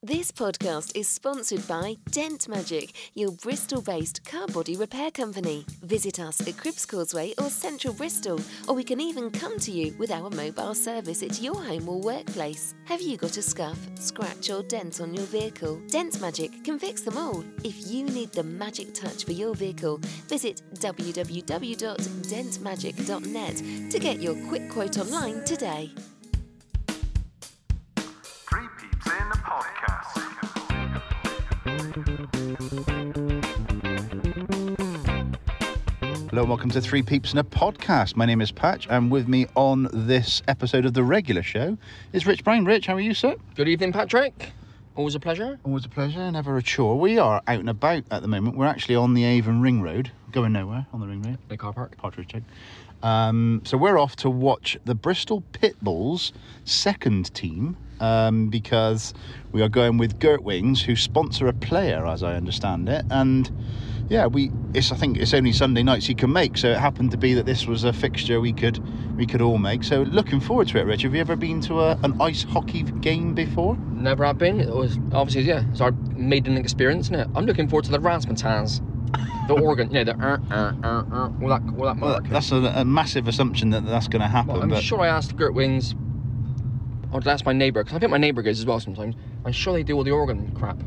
This podcast is sponsored by Dent Magic, your Bristol based car body repair company. Visit us at Cribbs Causeway or Central Bristol, or we can even come to you with our mobile service at your home or workplace. Have you got a scuff, scratch, or dent on your vehicle? Dent Magic can fix them all. If you need the magic touch for your vehicle, visit www.dentmagic.net to get your quick quote online today. Three Peeps in the Podcast. Hello and welcome to Three Peeps and a Podcast. My name is Patch, and with me on this episode of the regular show is Rich Brain. Rich, how are you, sir? Good evening, Patrick. Always a pleasure. Always a pleasure, never a chore. We are out and about at the moment. We're actually on the Avon Ring Road, going nowhere on the Ring Road. The car park. Partridge joke. Um, so we're off to watch the Bristol Pitbulls second team um, because we are going with Gertwings, who sponsor a player, as I understand it. And yeah, we it's I think it's only Sunday nights you can make, so it happened to be that this was a fixture we could we could all make. So looking forward to it, Rich. Have you ever been to a, an ice hockey game before? Never have been. It was obviously yeah. It's our maiden experience, is I'm looking forward to the razzmatazz, the organ, you know, the uh, uh, uh, uh, all that, all that Well, malarkey. that's a, a massive assumption that that's going to happen. Well, I'm but sure I asked Gertwings. I'd ask my neighbour because I think my neighbour goes as well sometimes. I'm sure they do all the organ crap.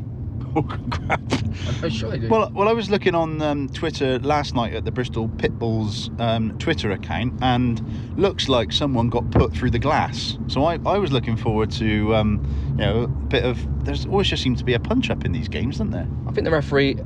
crap. I'm, I'm sure they do. Well, well, I was looking on um, Twitter last night at the Bristol Pitbulls um, Twitter account, and looks like someone got put through the glass. So I, I was looking forward to, um, you know, a bit of. There's always just seems to be a punch up in these games, doesn't there? I think the referee.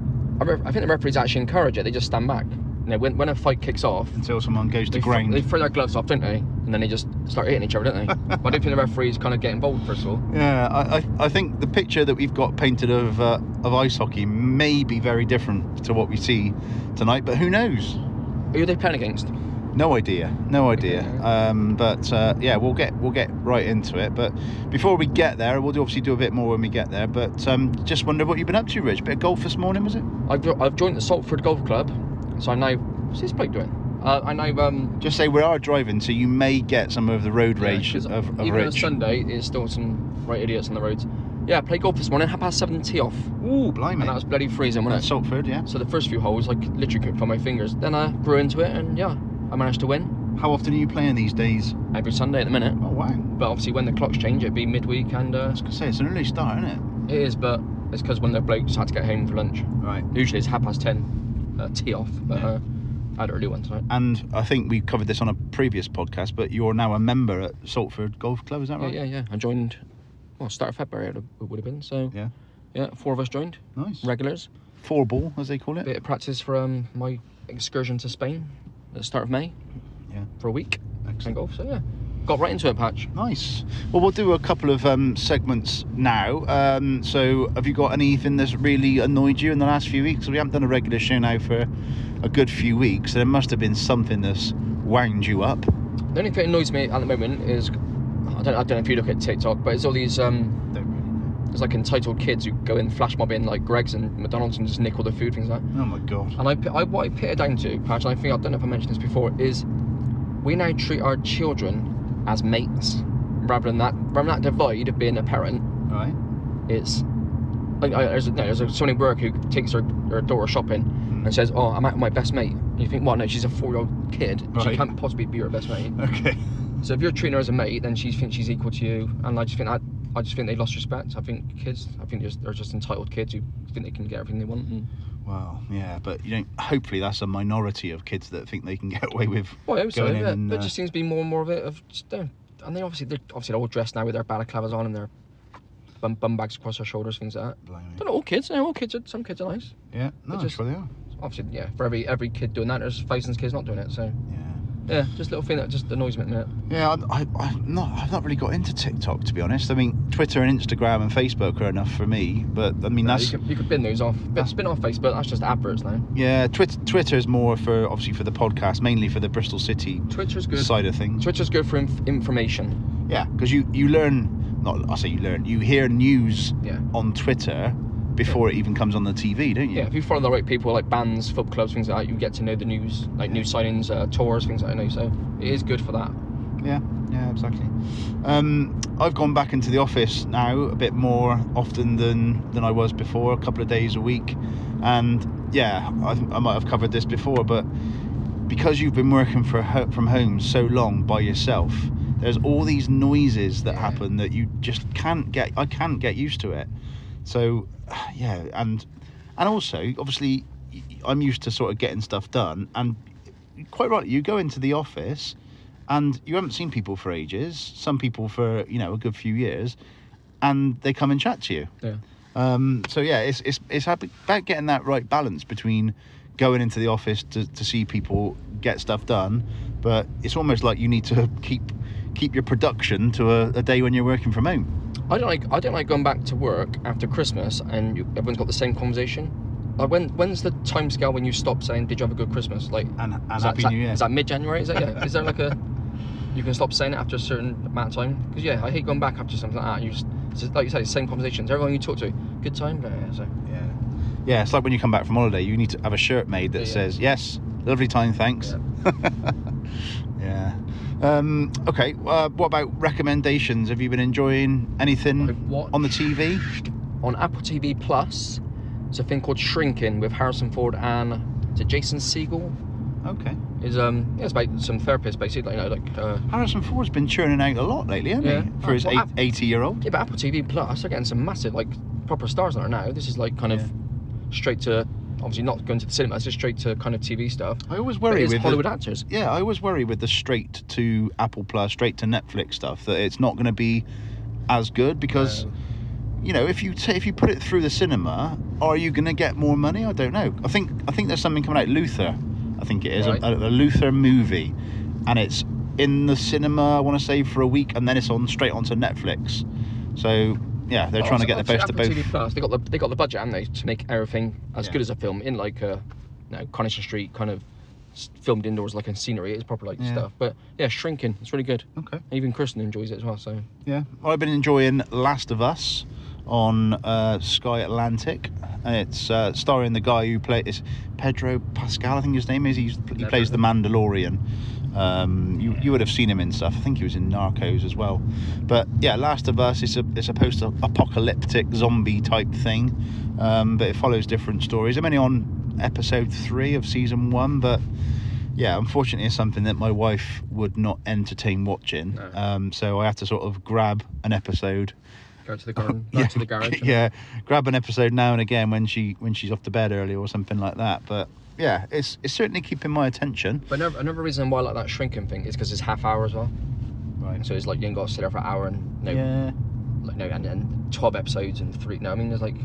I, ref, I think the referees actually encourage it. They just stand back. You know, when, when a fight kicks off, Until someone goes to They, throw- ground. they throw their gloves off, don't they? And then they just start hitting each other, don't they? but I don't think the referees kind of get involved first of all. Yeah, I, I, I think the picture that we've got painted of uh, of ice hockey may be very different to what we see tonight, but who knows? Who are they playing against? No idea, no idea. Um, but uh, yeah, we'll get we'll get right into it. But before we get there, we'll do- obviously do a bit more when we get there. But um, just wonder what you've been up to, Rich. Bit of golf this morning, was it? I've, jo- I've joined the Salford Golf Club, so I'm now. What's this bloke doing? Uh, I now. Um, Just say we are driving, so you may get some of the road rage 'cause of, of even on a Rich. Sunday, it's still some right idiots on the roads. Yeah, I played golf this morning, half past seven tee off, Ooh, blimey! and that was bloody freezing, wasn't That's it? Saltford, yeah. So the first few holes, like literally couldn't feel my fingers. Then I grew into it, and yeah, I managed to win How often are you playing these days? every Sunday at the minute. Oh wow! But obviously, when the clocks change, it'd be midweek, and uh, I was gonna say it's an early start, isn't it? it is. But it's because when the blokes had to get home for lunch. Right. Usually it's half past ten, uh, tee off. But uh, I had an early one tonight. And I think we covered this on a previous podcast, but you're now a member at Saltford Golf Club, is that Yeah, right? yeah, yeah. I joined. Well, start of February it would have been. So Yeah. yeah, four of us joined, Nice. regulars. Four ball, as they call it. Bit of practice for um, my excursion to Spain at the start of May. Yeah. For a week. Excellent. Playing golf. So yeah, got right into it, Patch. Nice. Well, we'll do a couple of um, segments now. Um, so, have you got anything that's really annoyed you in the last few weeks? We haven't done a regular show now for a good few weeks, so there must have been something that's wound you up. The only thing that annoys me at the moment is I don't, I don't know if you look at TikTok, but it's all these um, Don't really. it's like entitled kids who go in flash mobbing like Greg's and McDonald's and just nick all the food things like. that. Oh my god. And I, pi- I what I put it down to, Patch. And I think I don't know if I mentioned this before. Is we now treat our children as mates rather than that rather than that divide of being a parent. All right. It's I, I, there's, no, there's someone at work who takes her, her daughter shopping and says, "Oh, I'm out with my best mate." And you think, "Well, no, she's a four-year-old kid. Right. Uh. She can't possibly be your best mate." Okay. So if you're treating her as a mate, then she thinks she's equal to you. And I just think that I just think they lost respect. I think kids, I think they're just, they're just entitled kids who think they can get everything they want. And, Well, yeah, but you don't. Hopefully, that's a minority of kids that think they can get away with Well, I hope so, going in yeah. and, there uh, just seems to be more and more of it. Of just, uh, and they obviously they're obviously they're all dressed now with their balaclavas on and their bum, bum bags across their shoulders, things like that. blimey. They're not all kids. No, all kids. Are, some kids are nice. Yeah. No, They I'm just- sure they are. Obviously, yeah. For every every kid doing that, there's thousands of kids not doing it. So Yeah. yeah, just little thing that just annoys me at the minute. Yeah, I, I, I've not. I've not really got into TikTok to be honest. I mean, Twitter and Instagram and Facebook are enough for me. But I mean, that's you, could, you could bin those off. Bin, that's- spin off Facebook. That's just adverts now. yeah. Twitter, Twitter is more for obviously for the podcast, mainly for the Bristol City Twitter's good. side of things. Twitter's good for inf- information. Yeah, because you you learn. Not I say you learn. You hear news Yeah. on Twitter before it even comes on the TV, don't you? Yeah, if you follow the right people, like bands, football clubs, things like that, you get to know the news, like news signings, uh, tours, things like that. You know, so it is good for that. Yeah. Yeah, exactly. Um, I've gone back into the office now a bit more often than than I was before, a couple of days a week, and yeah, I, I might have covered this before, but because you've been working for ho- from home so long by yourself, there's all these noises that Yeah. happen that you just can't get. I can't get used to it. So yeah, and and also obviously y- y- I'm used to sort of getting stuff done, and quite right, you go into the office and you haven't seen people for ages. Some people for you know a good few years, and they come and chat to you. Yeah. Um, so yeah, it's it's it's happy- about getting that right balance between going into the office to, to see people get stuff done, but it's almost like you need to keep keep your production to a, a day when you're working from home. I don't like I don't like going back to work after Christmas and you, everyone's got the same conversation. Like when when's the time scale when you stop saying did you have a good Christmas? Like And- and is Happy that, New is that- Year. Is that mid January? Is that yeah? Is there like a you can stop saying it after a certain amount of time? Because yeah, I hate going back after something like that. You just it's just like you said, same conversations. Everyone you talk to, good time. Yeah, yeah, so. Yeah. Yeah, it's like when you come back from holiday, you need to have a shirt made that Yeah. says yes, lovely time, thanks. Yeah. Um, okay. Uh, what about recommendations? Have you been enjoying anything I've watched- on the TV? on Apple TV Plus, it's a thing called Shrinking with Harrison Ford and is it Jason Segel? Okay. Is um yeah, it's about some therapists basically, you know, like uh, Harrison Ford's been churning out a lot lately, hasn't Yeah. he? For his Well, eight, I've- 80 year old. Yeah, but Apple TV Plus are getting some massive, like, proper stars on it now. This is like kind Yeah. of straight to, obviously not going to the cinema, it's just straight to kind of TV stuff. I always But worry it's with the- Hollywood actors. yeah, I always worry with the straight to Apple Plus, straight to Netflix stuff that it's not going to be as good because No. you know if you ta if you put it through the cinema, are you going to get more money? I don't know. I think I think there's something coming out Luther. I think it is a- Right. a, a Luther movie, and it's in the cinema. I want to say for a week, and then it's on straight onto Netflix. Oh, So yeah, they're trying to get the Obviously, best of Apple both. TV Plus, they got the they got the budget, haven't they, to make everything as Yeah. good as a film in like a, you know, Coronation Street kind of s- filmed indoors like in scenery. It's proper like Yeah. stuff. But yeah, Shrinking, it's really good. Okay. Even Kristen enjoys it as well. So Yeah, well, I've been enjoying Last of Us on uh, Sky Atlantic, and it's uh, starring the guy who plays it's Pedro Pascal. I think his name is. He's, he Never plays the Mandalorian. Um, you, you would have seen him in stuff. I think he was in Narcos as well. But yeah, Last of Us is a it's a post apocalyptic zombie type thing, um, but it follows different stories. I'm only on episode three of season one, but yeah, unfortunately, it's something that my wife would not entertain watching. No. Um, so I had to sort of grab an episode. go to the garden, back to the garage. yeah, grab an episode now and again when she when she's off to bed early or something like that. But yeah, it's it's certainly keeping my attention. But another, another reason why I like that Shrinking thing is because it's half hour as well. Right. So it's like you ain't got to sit there for an hour and no Yeah. like no, and, and twelve episodes and three. No, I mean there's like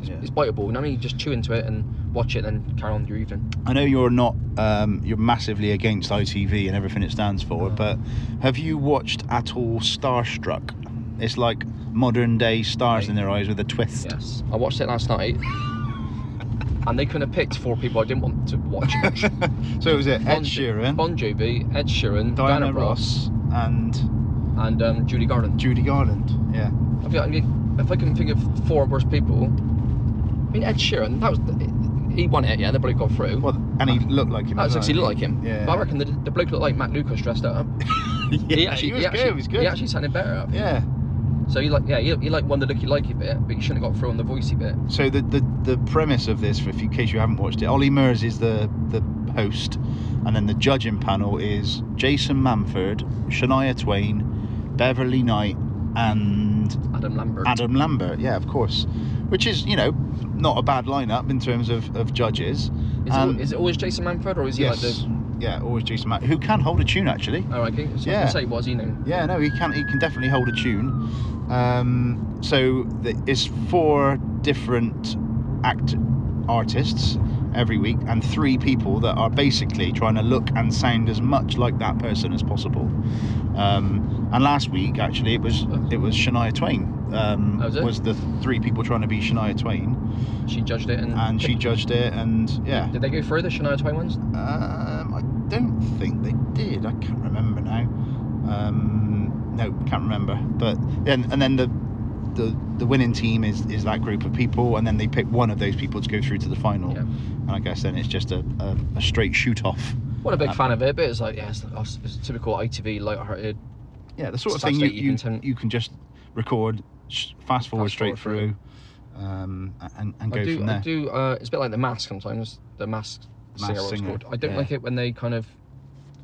it's, Yeah. it's biteable. And I mean you just chew into it and watch it and carry on with your evening. I know you're not um, you're massively against ITV and everything it stands for, but have you watched at all Starstruck? It's like modern day stars in their eyes with a twist. Yes, I watched it last night, and they couldn't have picked four people I didn't want to watch. it. So is it Ed Bon Jo- Sheeran, Bon Jovi, Ed Sheeran, Diana, Ross, and and um, Judy Garland. Judy Garland. Yeah. I feel, I mean, if I can think of four worse people, I mean Ed Sheeran, that was he won it, yeah, the bloke got through. Well, and he looked like him. That as was well, actually looked like him. Yeah. But I reckon the, the bloke looked like Matt Lucas dressed up. didn't he? Yeah, he was good. actually, He was good. He actually sounded better up. yeah. So you like, yeah, you, you like one the looky likey bit, but you shouldn't have got through on the voicey bit. So the, the the premise of this, if in case you haven't watched it, Ollie Murs is the the host, and then the judging panel is Jason Manford, Shania Twain, Beverly Knight, and Adam Lambert. Adam Lambert. Yeah, of course. Which is you know not a bad lineup in terms of of judges. Is, Um, it, al- is it always Jason Manford or is he yes. like the? Yeah, always Jason Manford, who can hold a tune actually. All right, okay. So I Yeah. can say was he name? Yeah, no, he can. He can definitely hold a tune. Um, so the, it's four different act artists every week, and three people that are basically trying to look and sound as much like that person as possible. Um, and last week, actually, it was it was Shania Twain. Um, Oh, was it? was the three people trying to be Shania Twain, She judged it and. and she judged it, and yeah. Did they go further? Shania Twain ones? Um, I don't think they did. I can't remember now. Um, no, can't remember. But then and then the, the the winning team is is that group of people, and then they pick one of those people to go through to the final. Yeah. And I guess then it's just a, a, a straight shoot off. What a big fan of it, but it's like yeah, it's, it's typical ITV light-hearted Yeah, the sort of Stuff thing you that you you, you, can turn- can just record, sh- fast forward Fast straight forward through. through, um, a- and, and go I do. from there. I do. Uh, it's a bit like the mask sometimes. The mask Masked singer. what it's Singer, called. I don't yeah. like it when they kind of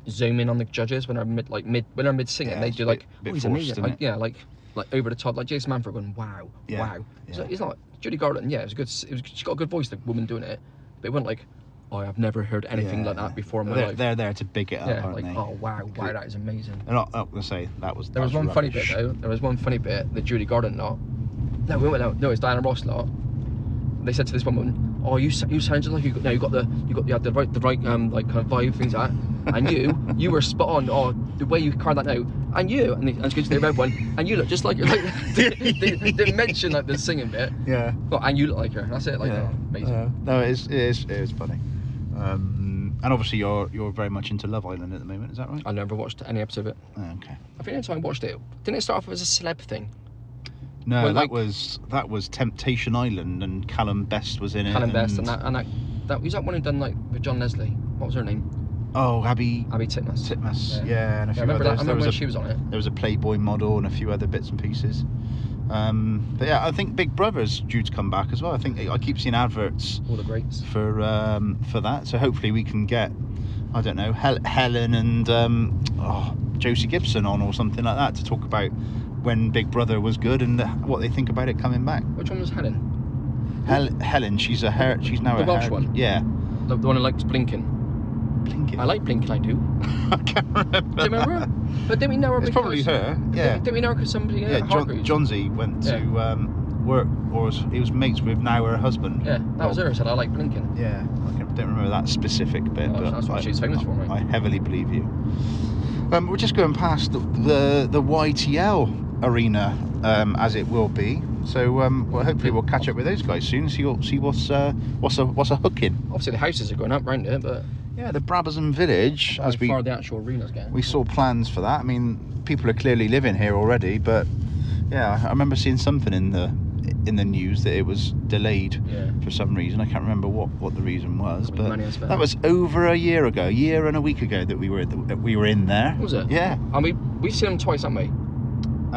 zoom in on the judges when I'm mid, like mid when I'm mid singing. Yeah, they it's a do like bit- bit oh, he's forced, amazing. isn't Like, it? yeah, like like over the top, like Jason Manford going wow, Yeah, wow. It's yeah. like, it's not Judy Garland. Yeah, it was a good. s- It was, she got a good voice. The woman doing it, but it went like oh, I've never heard anything like Yeah. that before in my they're, life. They're there to big it up, yeah, aren't like they? oh wow, wow, that is amazing. They're not, not going to say that was. There that was one funny bit rubbish. though. There was one funny bit. The Judy Garland lot. No, we went out. No, it's Diana Ross lot. They said to this one woman, "Oh, you s- you sound just like you got no, you got the you got the, the right the right um like kind of vibe things like that, and you you were spot on. Oh, the way you carried that note, and you and, the, and she goes to the red one, and you look just like her. Like, they, they, they didn't mention like the singing bit, Yeah. but and you look like her. That's it. Like yeah. oh, amazing. Uh, no, it is, it is it is funny. Um, and obviously you're you're very much into Love Island at the moment, is that right? I never watched any episode of it. Oh, okay. I think the only time I watched it, didn't it start off as a celeb thing? No, Well, that like- was that was Temptation Island, and Callum Best was in it. Callum Best and that and that, that was that one who done like with John Leslie. What was her name? Oh, Abby Abby Titmus. Titmus. Yeah, Yeah. and a Yeah, I few remember, that. I others. There remember was when a she was on it. there was a Playboy model and a few other bits and pieces. Um, but yeah, I think Big Brother's due to come back as well. I think I keep seeing adverts All the greats. for um, for that, so hopefully we can get I don't know Hel- Helen and um, oh, Josie Gibson on or something like that to talk about when Big Brother was good and what they think about it coming back. Which one was Helen? Hel- Helen, she's a her, she's now The a Welsh her- one? Yeah, The, the one who likes blinking. Blinking. I like blinking, I do. I can't remember. Do you remember her? But didn't we know her It's because... probably her. Didn't, Yeah. we- didn't we know her because somebody Yeah, at John, Hargreaves? Johnsy went to um, work, or was, he was mates with now her husband. Yeah, that was her who said, I like blinking. Yeah, I can- don't remember that specific bit, Oh, but that's what I, she's famous for, mate. I heavily believe you. Um, we're just going past the the, the YTL arena, um, as it will be. So um, well, hopefully we'll catch up with those guys soon. See what see what's uh, what's a what's a hook in. Obviously the houses are going up round it, but Yeah, the Brabazon Village, as how we far the actual arena's getting. we saw plans for that. I mean, people are clearly living here already, but yeah, I- I remember seeing something in the in the news that it was delayed Yeah. for some reason. I can't remember what, what the reason was, Probably but money as well. that was over a year ago, a year and a week ago that we were that we were in there. Was it? Yeah. And we, we've seen them twice, haven't we?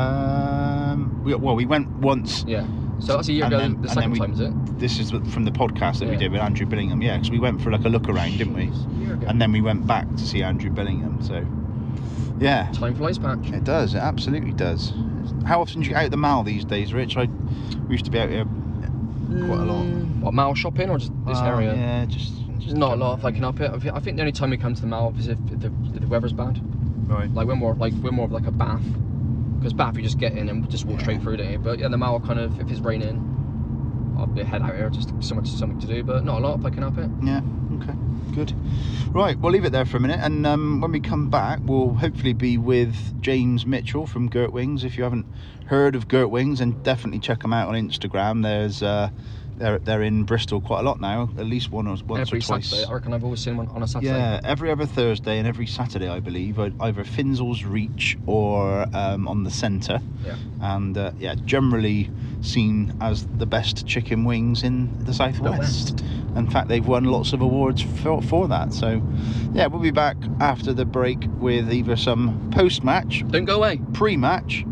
Um, we, well, we went once. Yeah. So that's a year And ago, then- the and then second we- time, is it? This is from the podcast that we Yeah. did with Andrew Billingham. Yeah, because we went for like a look around, didn't we? Jeez, a year ago. And then we went back to see Andrew Billingham. So, yeah. Time flies back. It does. It absolutely does. How often do you get out the mall these days, Rich? I we used to be out here quite a lot. What, mile shopping or just Mm, this Well, area? Yeah, just There's not a lot if I can help it. I thi- I think the only time we come to the mouth is if the, if the weather's bad. Right. Like we're more like we're more of like a bath, because bath you just get in and just walk straight through there. But yeah, the mouth kind of if it's raining, I'll be head out here just so much something to do. But not a lot if I can help it. Yeah. Okay. Good. Right. We'll leave it there for a minute, and um, when we come back, we'll hopefully be with James Mitchell from Girt Wings. If you haven't heard of Girt Wings, then definitely check them out on Instagram. There's uh, they're they're in Bristol quite a lot now. At least one or once Every or twice. Saturday, I reckon I've always seen one on a Saturday. Yeah, every other Thursday and every Saturday, I believe, at either Finzel's Reach or um, on the centre. Yeah. And uh, yeah, generally seen as the best chicken wings in the southwest. West. In fact, they've won lots of awards for, for that. So yeah, we'll be back after the break with either some post-match, Don't go away. pre-match,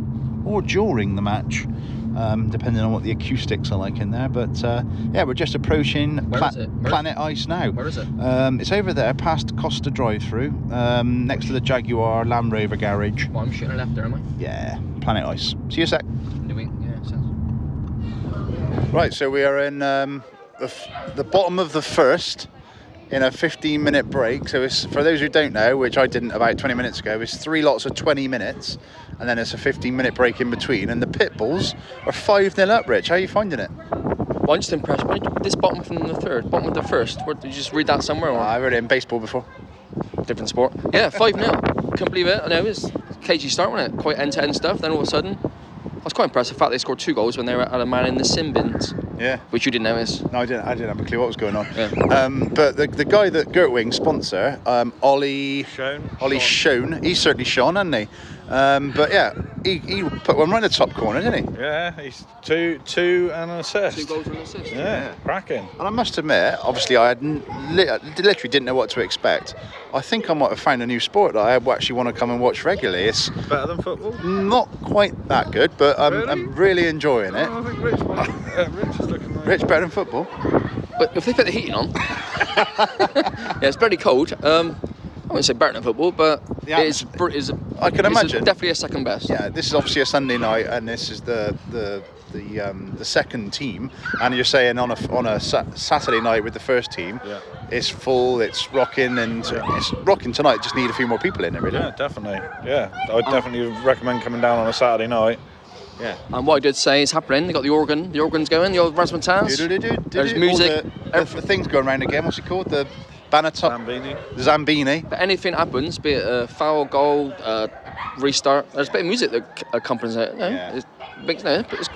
or during the match. Um, depending on what the acoustics are like in there, but uh, yeah, we're just approaching Where Pla- is it? Where- Planet Ice now. Where is it? Um, it's over there, past Costa Drive-Through, um, next to the Jaguar Land Rover garage. Well, I'm shooting left there, am I? Yeah, Planet Ice. See you a sec. Do we? Yeah, it sounds. Right, so we are in um, the, f- the bottom of the first in a 15 minute break. So, it's, for those who don't know, which I didn't about 20 minutes ago, it's three lots of 20 minutes and then it's a 15 minute break in between. And the pit bulls are 5 0 up, Rich. How are you finding it? Well, I'm just impressed. Why did this bottom from the third, bottom of the first. Where, did you just read that somewhere? Or? I've read it in baseball before. different sport. Yeah, 5 0. Couldn't believe it. I know it was cagey start, wasn't it? Quite end to end stuff. Then all of a sudden, I was quite impressed. The fact they scored two goals when they were at a man in the sin bins, Yeah. which you didn't notice. No, I didn't. I didn't have a clue what was going on. Yeah. Um, but the, the guy that Gertwing sponsor, um, Ollie Schoen. Ollie Schoen, he's certainly Sean, hasn't he? Um, but yeah, he, he put one right in the top corner, didn't he? Yeah, he's two, two and an assist. Two goals and an assist. Yeah, Yeah. cracking. And I must admit, obviously, I had n- li- literally didn't know what to expect. I think I might have found a new sport that I actually want to come and watch regularly. It's Better than football. not quite that good, but I'm really, I'm Really? really enjoying it. Oh, I think Rich, might- uh, Rich is looking like. Rich better than football. But if they put the heating on, yeah, it's pretty cold. Um, I wouldn't say better than football, but Yeah. it is, br- is a, I can it's a- imagine. definitely a second best. Yeah, this is obviously a Sunday night, and this is the the the, um, the second team. And you're saying on a on a sa- Saturday night with the first team, Yeah. it's full, it's rocking, and it's rocking tonight. Just need a few more people in it, really. Yeah, definitely. Yeah, I would definitely recommend coming down on a Saturday night. yeah. And what I did say is happening. They got the organ, the organ's going, the old razzmatazz. Do-do-do-do-do-do. There's All music. The, the, the thing's going round again. What's it called? The Banatop Lambini. Zambini. But anything happens, be it a foul, goal, uh, restart, there's a bit of music that c- accompanies it. You know? Yeah. It makes no, but it's,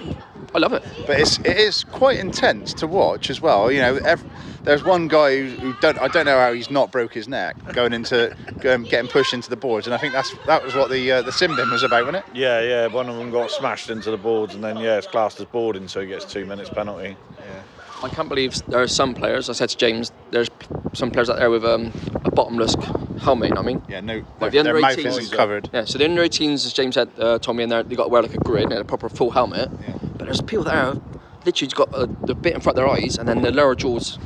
I love it. but it's it is quite intense to watch as well. You know, ev there's one guy who, who don't I don't know how he's not broke his neck going into going, getting pushed into the boards, and I think that's that was what the uh, the Simbin was about, wasn't it? Yeah, yeah. One of them got smashed into the boards, and then yeah, it's classed as boarding, so he gets two minutes penalty. I can't believe there are some players. I said to James, there's p- some players out there with um, a bottomless helmet. You know what I mean, Yeah, no, Like their, the their under mouth 18s. isn't covered. uh, yeah. So the under 18s, as James said, uh, told me in there, they got to wear like a grid and a proper full helmet. Yeah. But there's people that are literally got uh, the bit in front of their eyes and then the lower jaws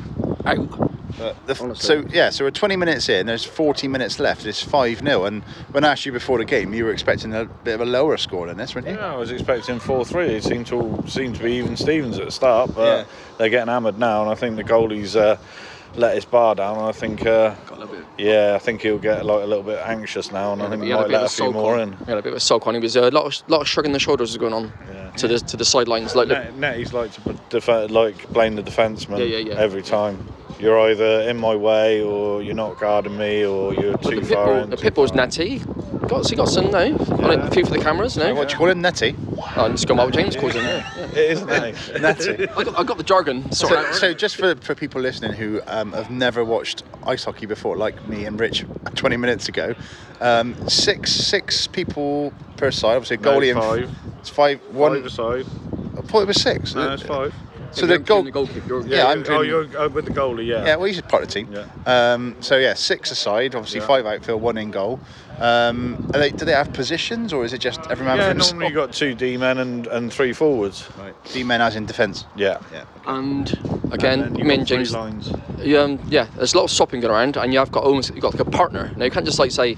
out. But the f- so Honestly. yeah, so we're 20 minutes in. There's 40 minutes left. It's five 0 and when I asked you before the game, you were expecting a bit of a lower score than this, weren't you? Yeah, I was expecting four three. It seemed to all, seemed to be even Stevens at the start, but Yeah. they're getting hammered now, and I think the goalie's uh, let his bar down, and I think. Uh, Got a little bit. yeah, I think he'll get like a little bit anxious now, and I think He he had a might bit of let a a few sulk more on. in. He had a bit of a sulk on. He was uh, a lot of lot of shrugging the shoulders was going on Yeah. to the to the sidelines. Like, look, Net, Netty's like to def- like blame the defenseman Yeah, yeah, yeah. every time. You're either in my way, or you're not guarding me, or you're but too the far pitbull, in. the too pitbull's far out. natty. Got he got some no. On it, a few for the cameras. No, What do you call him, Netty? Oh, I'm just going by what James calls him. Yeah. yeah. It is natty. Netty. I, got, I got the jargon. Sorry. So, so just for, for people listening who um, have never watched ice hockey before, like me and Rich 20 minutes ago, um, six six people per side. Obviously, a No, goalie and five. f- it's five. One. Five aside. I thought it was six. Uh, No, it's five. So the goal. goalkeeper. you're- Yeah, I'm oh, doing- you're oh, with the goalie, yeah. Yeah, well, he's part of the team. Yeah. Um, so yeah, six aside. Obviously, Yeah. five outfield, one in goal. Um, are they, do they have positions, or is it just every man Yeah, for himself? normally you got two D men and, and three forwards. D men as in defence. Yeah. Yeah. And again, And then you me and got three James. lines. Yeah, um, yeah, there's a lot of swapping going around, and you have got almost you got like a partner. Now you can't just like say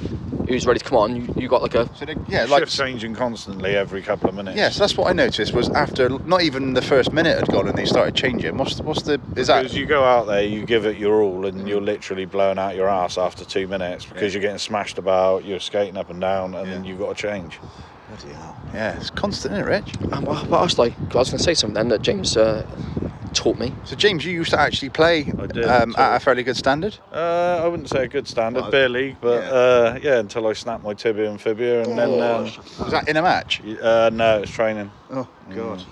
who's ready to come on. You, you got like a So they, yeah, like Shift changing constantly every couple of minutes. Yeah, so that's what I noticed was after not even the first minute had gone and they started changing. What's what's the is that? Because you go out there, you give it your all, and you're literally blowing out your ass after two minutes because you're getting smashed about, you're skating up and down, and then Yeah. you've got to change. Yeah, it's constant, isn't it, Rich? Um, what what else? Like I was going to say something then that James uh, taught me. So James, you used to actually play I did, um, at a sort of. fairly good standard. Uh, I wouldn't say a good standard, Well, beer league, but yeah. yeah. Uh, yeah, until I snapped my tibia and fibia, and then um, Was that in a match? y- uh, no, it's training. Oh God.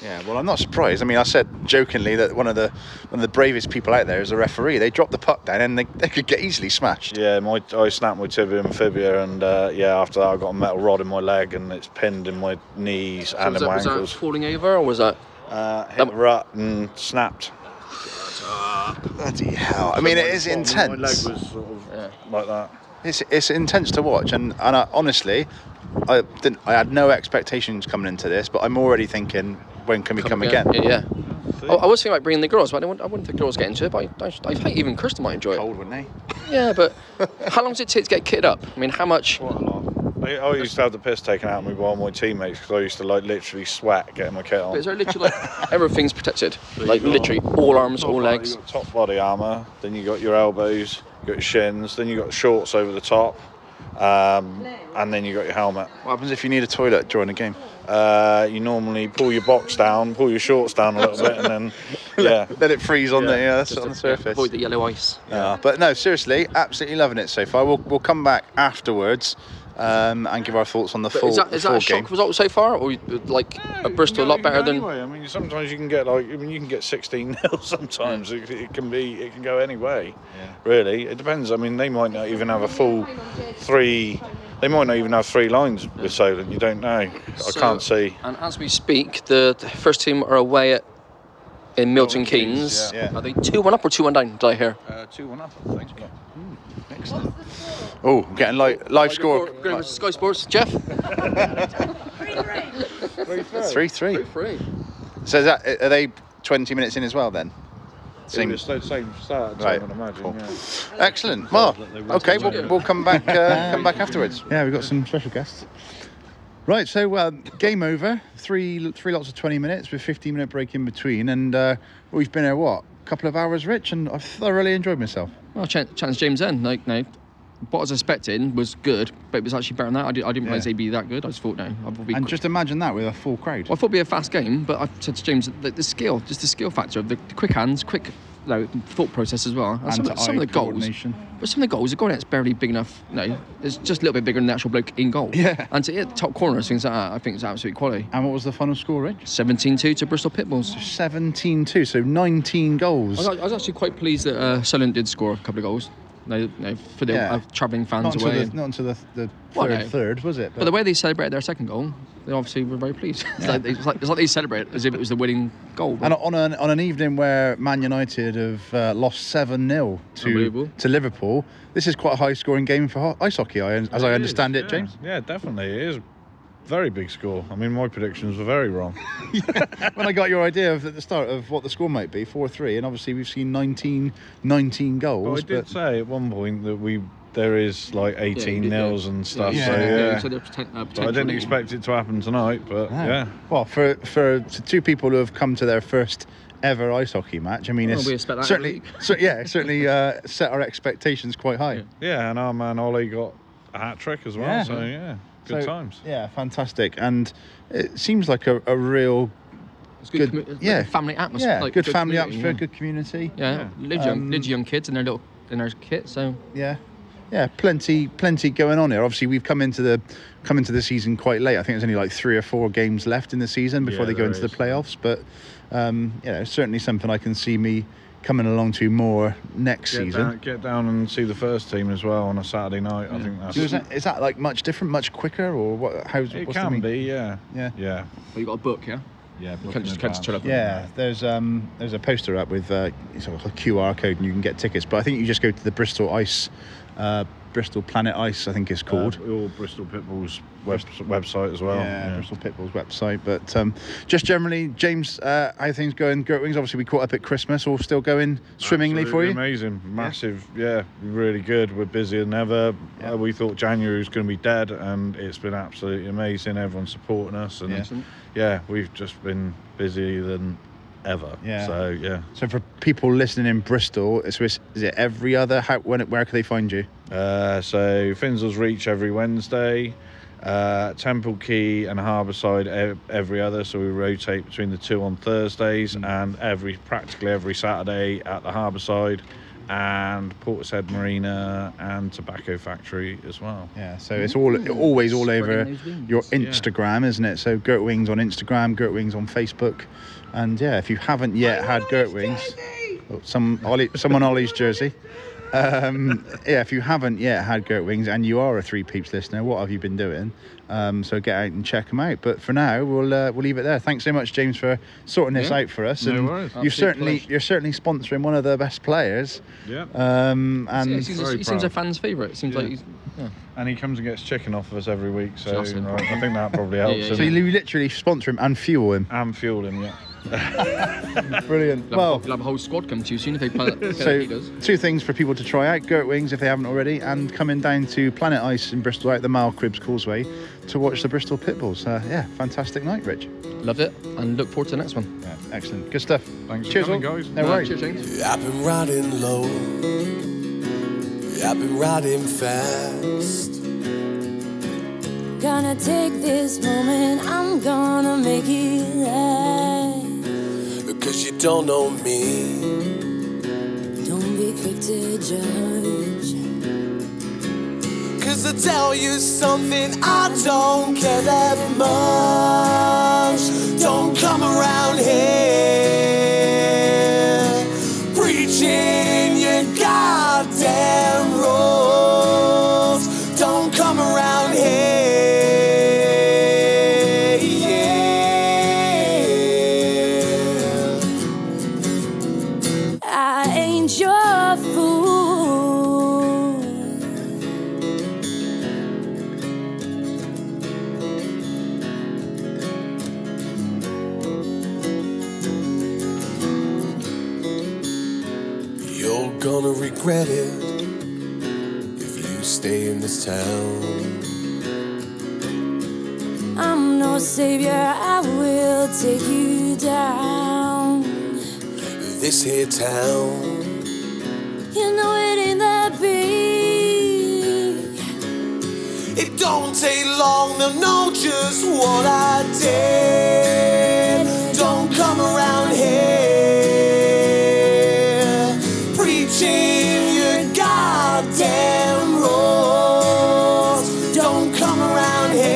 Yeah, well, I'm not surprised. I mean, I said jokingly that one of the one of the bravest people out there is a referee. They dropped the puck down and they, they could get easily smashed. Yeah, my I snapped my tibia and fibia, and uh, yeah, after that I got a metal rod in my leg, and it's pinned in my knees and was, in that, my was that ankles. falling over or was that? Uh, hit the rut and snapped Bloody hell! I mean, it is intense. was sort of like that. It's, it's intense to watch, and, and I, honestly, I didn't. I had no expectations coming into this, but I'm already thinking, when can we come, again? Yeah, yeah. Oh, I, I was thinking about bringing the girls, but I wouldn't, I wouldn't think the girls get into it. But I, I, I think even Kirsten might enjoy it. Cold, wouldn't they? Yeah, but how long does it take to get kitted up? I mean, how much? Quite a lot. I, I used to have the piss taken out of me by all my teammates because I used to like literally sweat getting my kit on. Is there literally like everything's protected? Like literally all arms, all legs. You got top body armor, then you got your elbows, you got your shins, then you got shorts over the top, um, and then you got your helmet. What happens if you need a toilet during a game? Uh, you normally pull your box down, pull your shorts down a little bit, and then yeah, Let it freeze on Yeah, the yeah, that's Just on the to, yeah, surface. Avoid the yellow ice. Yeah, Uh, but no, seriously, absolutely loving it so far. We'll, we'll come back afterwards um, and give our thoughts on the But full, is that is full that a game. shock result so far, or you- like a Bristol a lot better than? Anyway, I mean, sometimes you can get like I mean, you can get 16 nil. Sometimes it, it can be it can go any way. Really, it depends. I mean, they might not even have a full three They might not even have three lines with Solent. You don't know. So- I can't see. And as we speak, the the first team are away at in Milton Keynes. Keynes, yeah. Are they two one up or two one down? Did I hear? Uh, two one up. I think. Excellent. Oh, I'm getting live, live score. Go over to Sky Sports, Jeff. Three three. Free. So is that are they twenty minutes in as well then? Same. same start. Right, I would imagine. cool. Yeah. Excellent. Mark. Okay, we'll, we'll come back. Uh, come back afterwards. Yeah, we've got some special guests. Right, so um, game over. Three three lots of 20 minutes with 15 minute break in between. And uh, we've been here, what, a couple of hours, Rich? And I've thoroughly enjoyed myself. Well, chance, chance James then. Like, no, what I was expecting was good, but it was actually better than that. I, did, I didn't realise Yeah. they'd be that good. I just thought, no, I will be. And qu- just imagine that with a full crowd. Well, I thought it'd be a fast game, but I said to James that the skill, just the skill factor of the, the quick hands, quick no, thought process as well. And some, of the- some of Eye the goals, coordination. but some of the goals, the goal net's barely big enough. No, it's just a little bit bigger than the actual bloke in goal. Yeah. And to hit the top corners, things like that, I think it's absolute quality. And what was the final score, Rich? 17-2 to Bristol Pitbulls. 17 2, so 19 I goals. was, I was actually quite pleased that uh, Solent did score a couple of goals. No, no, for the Yeah. uh, travelling fans Not until away. the, and- not until the, the Well, third, no. third, was it? But the way they celebrated their second goal, they obviously were very pleased. It's, like they, it's, like, it's like they celebrate as if it was the winning goal. And on an, on an evening where Man United have uh, lost 7 0 to, Unbelievable. to Liverpool, this is quite a high scoring game for ho- ice hockey, I, as I is, understand it, yeah. James. Yeah, definitely. It is a very big score. I mean, my predictions were very wrong. when I got your idea of, at the start of what the score might be 4 3, and obviously we've seen 19, 19 but I goals. did say at one point that we there is like 18 did, yeah. nils and stuff. Yeah. So yeah. so they're poten- uh, But I didn't potentially- expect it to happen tonight, but No. yeah. Well, for, for to two people who have come to their first ever ice hockey match, I mean, Well, it's we expect that certainly, every cer- yeah, it certainly uh, set our expectations quite high. Yeah. Yeah, and our man Ollie got a hat trick as well. Yeah. So yeah, good So, times. Yeah, fantastic. And it seems like a, a real It's good- good, commu- like yeah. a family atmosphere. yeah, like, good, family community, atmosphere, good community. Yeah, yeah. Lives young, Um, lives young kids in their little in their kit. So Yeah. Yeah, plenty, plenty going on here. Obviously, we've come into the come into the season quite late. I think there's only like three or four games left in the season before Yeah, they go there into the is. playoffs. But um, you know, certainly something I can see me coming along to more next Get season. down, get down and see the first team as well on a Saturday night. I think that's So is, that, is that like much different, much quicker, or what? How's it what's the can mean- be. Yeah, Yeah. yeah, well, you got a book, yeah. yeah. You can't just, can't just turn up. Yeah, there's um there's a poster up with uh, it's a QR code and you can get tickets. But I think you just go to the Bristol Ice, uh, Bristol Planet Ice, I think it's called. Called all Bristol Pitbulls web, website as Uh, well. yeah, Bristol Pitbull's website. But um, just generally, James, uh, how are things going? Goat Wings, obviously, we caught up at Christmas, all still going swimmingly for Absolutely you. Amazing, massive, yeah. really good. We're busier than ever. Yeah. Uh, we thought January was going to be dead, and it's been absolutely amazing. Everyone's supporting us, and Yeah. yeah, we've just been busier than ever. Yeah. So yeah, So for people listening in Bristol, it's is it every other? How, when, where can they find you? uh, so Finzel's Reach every Wednesday. Uh, Temple Key and Harbourside ev- every other, so we rotate between the two on Thursdays Mm. and every practically every Saturday at the Harbourside and Portishead Marina and Tobacco Factory as well. Yeah, so it's all always all Mm. Spreading over those wings. your Instagram, isn't it? So Goat Wings on Instagram, Goat Wings on Facebook, and yeah, if you haven't yet had Goat Wings, oh, some Ollie, someone Ollie's jersey. Um, yeah, if you haven't yet had Goat Wings and you are a Three Peeps listener, what have you been doing? Um, so get out and check them out. But for now, we'll uh, we'll leave it there. Thanks so much, James, for sorting this Yeah, out for us. no and worries. You've Absolute certainly pleasure. you're certainly sponsoring one of the best players. Yeah. Um, Yeah, and he seems, Very he seems a proud. fan's favourite. It seems Yeah. like he's, yeah. And he comes and gets chicken off of us every week, so Just him. right, I think that probably helps. yeah, him. so you literally sponsor him and fuel him. And fuel him, yeah. Brilliant. You'll Well, have- you'll have a whole squad come to you soon if they play that. So, he does. two things for people to try out Gert Wings if they haven't already, and coming down to Planet Ice in Bristol out the Mile Cribs Causeway to watch the Bristol Pitbulls. Uh, yeah, fantastic night, Rich. Loved it, and look forward to the next one. Yeah, excellent. Good stuff. Thanks for Cheers, coming, all. guys. No Uh, worries. Cheers, James. I've been riding low. I've been riding fast. Gonna take this moment, I'm gonna make it last. Because you don't know me. Don't be quick to judge. Because I tell you something, I don't care that much. Don't come around here preaching your goddamn rules. Don't come around Gonna regret it if you stay in this town. I'm no savior, I will take you down. This here town, You know it ain't that big. it don't take long, they'll know just what I did. Don't come around here preaching your goddamn rules. Don't come around here.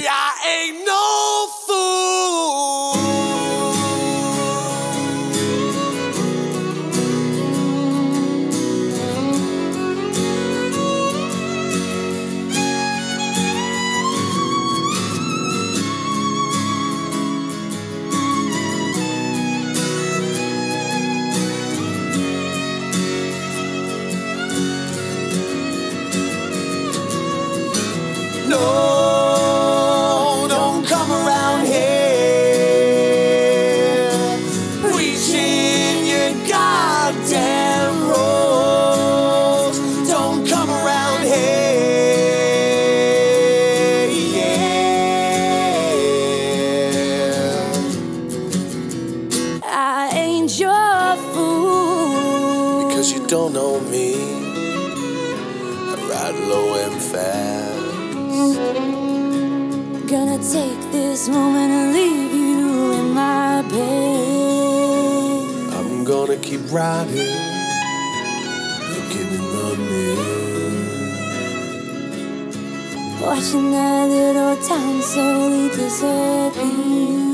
Yeah. I ain't no fool. No, don't come around here preaching your goddamn rules. Don't come around here. Yeah. I ain't your fool. Because you don't know me, I ride low and fast. Gonna take this moment and leave you in my bed. I'm gonna keep riding, looking in the mirror. Watching that little town slowly disappear.